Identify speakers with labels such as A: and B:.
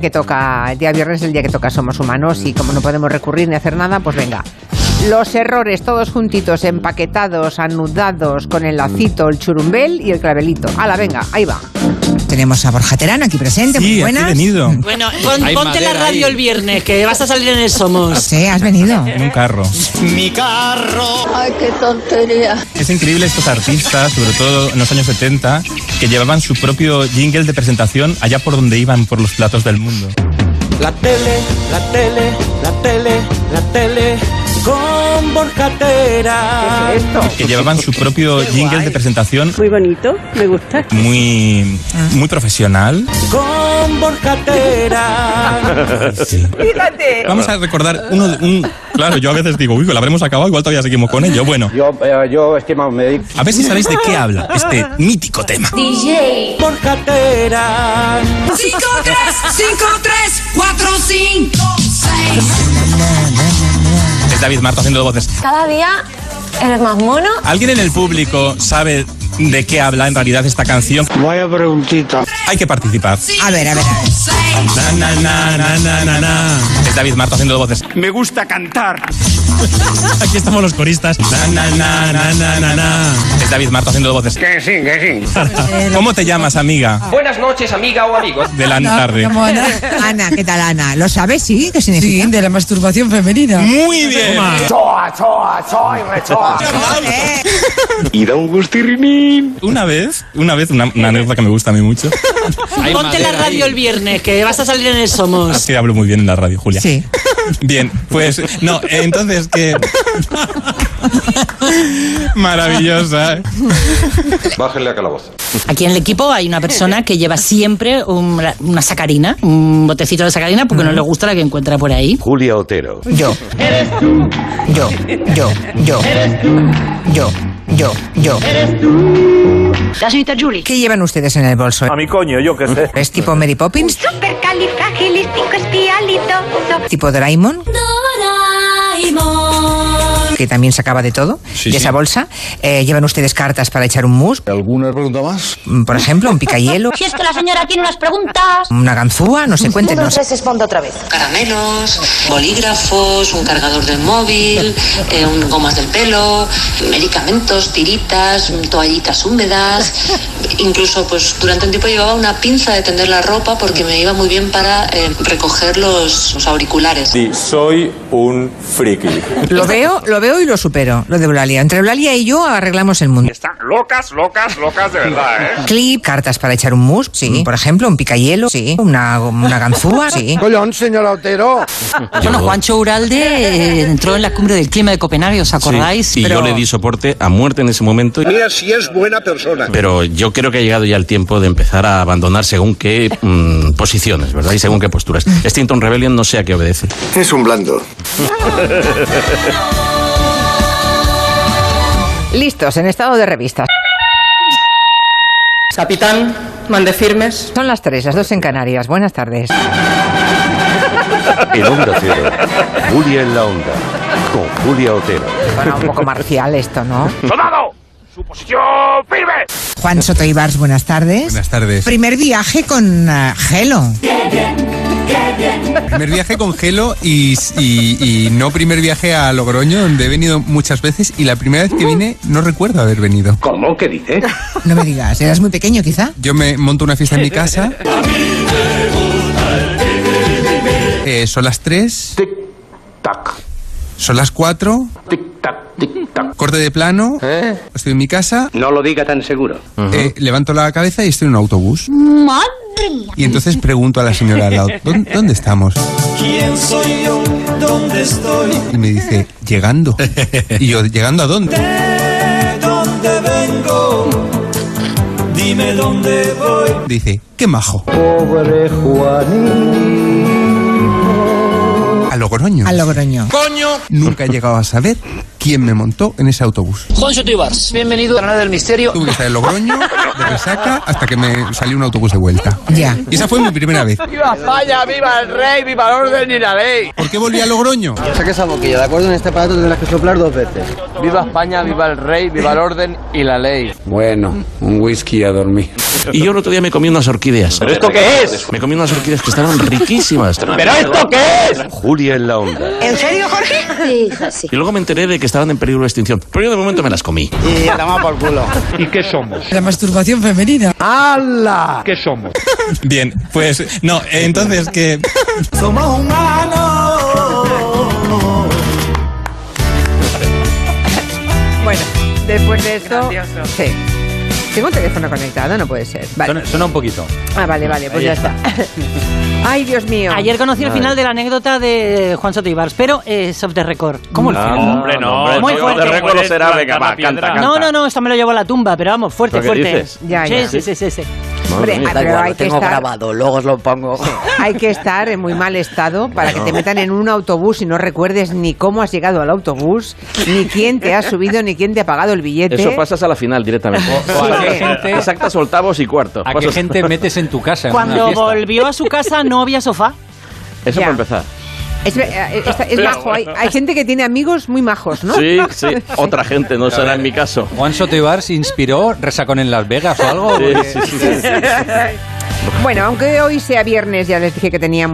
A: que toca, el día viernes es el día que toca Somos Humanos y como no podemos recurrir ni hacer nada, pues venga. Los errores todos juntitos, empaquetados, anudados, con el lacito, el churumbel y el clavelito. Ala, venga, ahí va.
B: Tenemos a Borja Terán aquí presente,
C: Sí,
B: muy
C: aquí
B: buenas.
C: he venido.
D: Bueno, pon-
E: Hay
D: ponte la
E: madera
D: radio
E: ahí.
D: el viernes, que vas a salir en el Somos.
B: Sí, has venido.
C: En un carro.
E: Mi carro.
F: Ay, qué tontería.
C: Es increíble estos artistas, sobre todo en los años 70, que llevaban su propio jingle de presentación allá por donde iban por los platos del mundo.
G: La tele, la tele, la tele, la tele con Borjatera.
C: Que llevaban su propio jingle de presentación
H: Muy bonito, me gusta.
C: muy, muy profesional.
G: Con Borjatera.
C: Vamos a recordar uno de- un... Claro, yo a veces digo, uy, lo habremos acabado, igual todavía seguimos con ello. Bueno,
I: Yo, eh, yo estimado, me dedico.
C: a ver si sabéis de qué habla este mítico tema.
G: Borjatera.
J: 5, 3, 5, 3, 4, 5, 6.
C: Es David Marto haciendo voces.
F: Cada día eres más mono.
C: ¿Alguien en el público sabe de qué habla en realidad esta canción?
I: Vaya preguntita.
C: Hay que participar.
B: A ver, a ver, a ver.
C: Na, na, na, na, na, na, na. Es David Marto haciendo voces.
I: Me gusta cantar.
C: Aquí estamos los coristas. Na, na, na, na, na, na, na. Es David Marto haciendo voces.
I: Que sí, que sí.
C: ¿Cómo te llamas, amiga?
G: Buenas noches, amiga o amigo.
C: De la tarde.
B: Ana. Ana, ¿qué tal, Ana? ¿Lo sabes, sí? ¿Qué significa?
H: de la masturbación femenina.
C: Muy bien.
I: Choa, choa, choa y rechoa.
B: Eh,
C: Una vez, una vez, una, una anécdota que me gusta a mí mucho.
E: Hay
D: Ponte la
E: madera
D: radio
E: ahí.
D: el viernes, que vas a salir en el
C: Es
D: Somos.
C: que hablo muy bien en la radio, Julia.
B: Sí.
C: Bien, pues no, entonces que... Maravillosa.
I: Bájenle a calabozo.
D: Aquí en el equipo hay una persona que lleva siempre una sacarina, un botecito de sacarina, porque no le gusta la que encuentra por ahí.
I: Julia Otero.
B: Yo. Yo, yo, yo. Yo, yo, yo.
J: La señorita Julie.
B: ¿Qué llevan ustedes en el bolso?
G: mi coño, yo qué sé.
B: ¿Es tipo Mary Poppins? ¿Tipo Doraemon?
J: Doraemon.
B: Que también sacaba de todo,
C: Sí,
B: de esa
C: sí.
B: bolsa. Eh, ¿Llevan ustedes cartas para echar un mus?
I: ¿Alguna pregunta más?
B: Mm, Por ejemplo, un picayelo,
J: Si es que la señora tiene unas preguntas.
B: una ganzúa, no sé, cuéntenos.
H: Caramelos, bolígrafos, un cargador del móvil, eh, un- gomas del pelo, medicamentos, tiritas, toallitas húmedas. Incluso, pues durante un tiempo llevaba una pinza de tender la ropa porque me iba muy bien para eh, recoger los, los auriculares.
G: soy un friki.
B: Lo veo, lo veo y lo supero, lo de Eulalia. Entre Eulalia y yo arreglamos el mundo.
I: Están locas, locas, locas de verdad, ¿eh?
B: Clip, cartas para echar un mus, sí. Por ejemplo, un picayelo, sí. Una, una ganzúa, sí.
I: Colón, señora Otero.
D: Bueno, Juancho Uralde eh, entró en la cumbre del clima de Copenhague, ¿os acordáis?
E: Sí, y yo le di soporte a muerte en ese momento.
I: Mira si es buena persona.
E: Pero yo creo que ha llegado ya el tiempo de empezar a abandonar según qué mm, posiciones, ¿verdad? Y según qué posturas. Extinction Rebellion no sé a qué obedece.
I: Es un blando.
A: Listos, en estado de revistas.
H: Capitán, mande firmes.
A: Son las tres, las dos en Canarias. Buenas tardes.
I: En Onda Cero. Julia en la Onda. Con Julia Otero.
A: Bueno, un poco marcial esto, ¿no?
I: ¡Soldado! ¡Su posición firme!
B: Juan Soto Ibars, buenas tardes.
C: Buenas tardes.
B: Primer viaje con ah, Gelo.
C: Primer viaje con Gelo y, y- y no primer viaje a Logroño, donde he venido muchas veces y la primera vez que vine no recuerdo haber venido.
I: ¿Cómo? ¿Qué dice?
B: No me digas, eras muy pequeño quizá.
C: Yo me monto una fiesta en mi casa. Eh, son las 3,
I: Tic, tac.
C: son las 4,
I: Tic, tac, tic, tac.
C: corte de plano, estoy en mi casa,
I: No lo diga tan seguro.
C: eh, levanto la cabeza y estoy en un autobús.
J: Madre mía.
C: Y entonces pregunto a la señora al lado, "¿Dó- ¿dónde estamos?
G: ¿Quién soy yo? ¿Dónde estoy?
C: Y me dice, llegando. Y yo, ¿llegando a dónde?
G: ¿De ¿Eh? dónde vengo? Dime dónde voy.
C: Dice, qué majo. A Logroño.
B: A Logroño.
C: Nunca he llegado a saber quién me montó en ese autobús.
D: Juancho Tibars, bienvenido a Granada del Misterio.
C: Tuve que estar en Logroño, de resaca, hasta que me salió un autobús de vuelta.
B: Ya.
C: Y esa fue mi primera vez.
G: ¡Viva España! ¡Viva el rey! ¡Viva el orden y la ley!
C: ¿Por qué volví a Logroño?
I: Saca esa boquilla, ¿de acuerdo? En este aparato tendrás que soplar dos veces.
G: ¡Viva España! ¡Viva el rey! ¡Viva el orden y la ley!
I: Bueno, un whisky a dormir.
E: Y yo el otro día me comí unas orquídeas.
I: ¿Pero esto qué es?
E: Me comí unas orquídeas que estaban riquísimas.
I: ¿Pero esto qué es? Julia en la onda.
K: ¿En serio, Jorge? Sí, hija, sí.
E: Y luego me enteré de que estaban en peligro de extinción. Pero yo de momento me las comí.
G: Y la por culo. ¿Y qué somos?
B: La masturbación femenina.
A: Ah,
G: ¡Hala! ¿Qué somos?
C: Bien, pues no, entonces que...
G: Somos humanos.
A: Bueno, después de esto... Sí. Tengo un teléfono conectado, no puede ser. Vale.
L: Suena, suena un poquito.
A: Ah, vale, vale, pues
L: Ahí
A: ya está. Ay, Dios mío.
D: Ayer conocí el final de la anécdota de Juan Soto Ibars, pero es off the record.
L: ¿Cómo el
I: Ah,
L: final?
D: hombre,
L: no,
D: Muy
L: no,
D: fuerte.
L: de récord no será, venga, va, canta, canta.
D: No, no, no, esto me lo llevo a la tumba, pero vamos, fuerte,
L: ¿Pero qué
D: fuerte.
L: dices?
A: Ya, ya.
D: Sí, sí, sí, sí. sí.
A: Hombre, ah, pero hay que estar...
K: luego os lo pongo.
A: Hay que estar en muy mal estado para que te metan en un autobús y no recuerdes ni cómo has llegado al autobús, ni quién te ha subido, ni quién te ha pagado el billete.
E: Eso pasas a la final directamente.
L: O a qué
A: Sí.
L: gente,
E: Exactas octavos y cuartos.
L: a qué
E: Pasas-
L: gente metes en tu casa. en una
D: Cuando
L: fiesta?
D: volvió a su casa no había sofá.
E: Eso
A: Ya.
E: para empezar.
A: Es, eh, es- es majo. Hay, hay gente que tiene amigos muy majos, ¿no?
E: Sí, sí. Otra gente, no será en mi caso.
L: Juan Soto Ibar se inspiró Resacón en Las Vegas o algo.
E: Sí,
L: porque-
E: sí, sí, sí.
A: Bueno, aunque hoy sea viernes, ya les dije que teníamos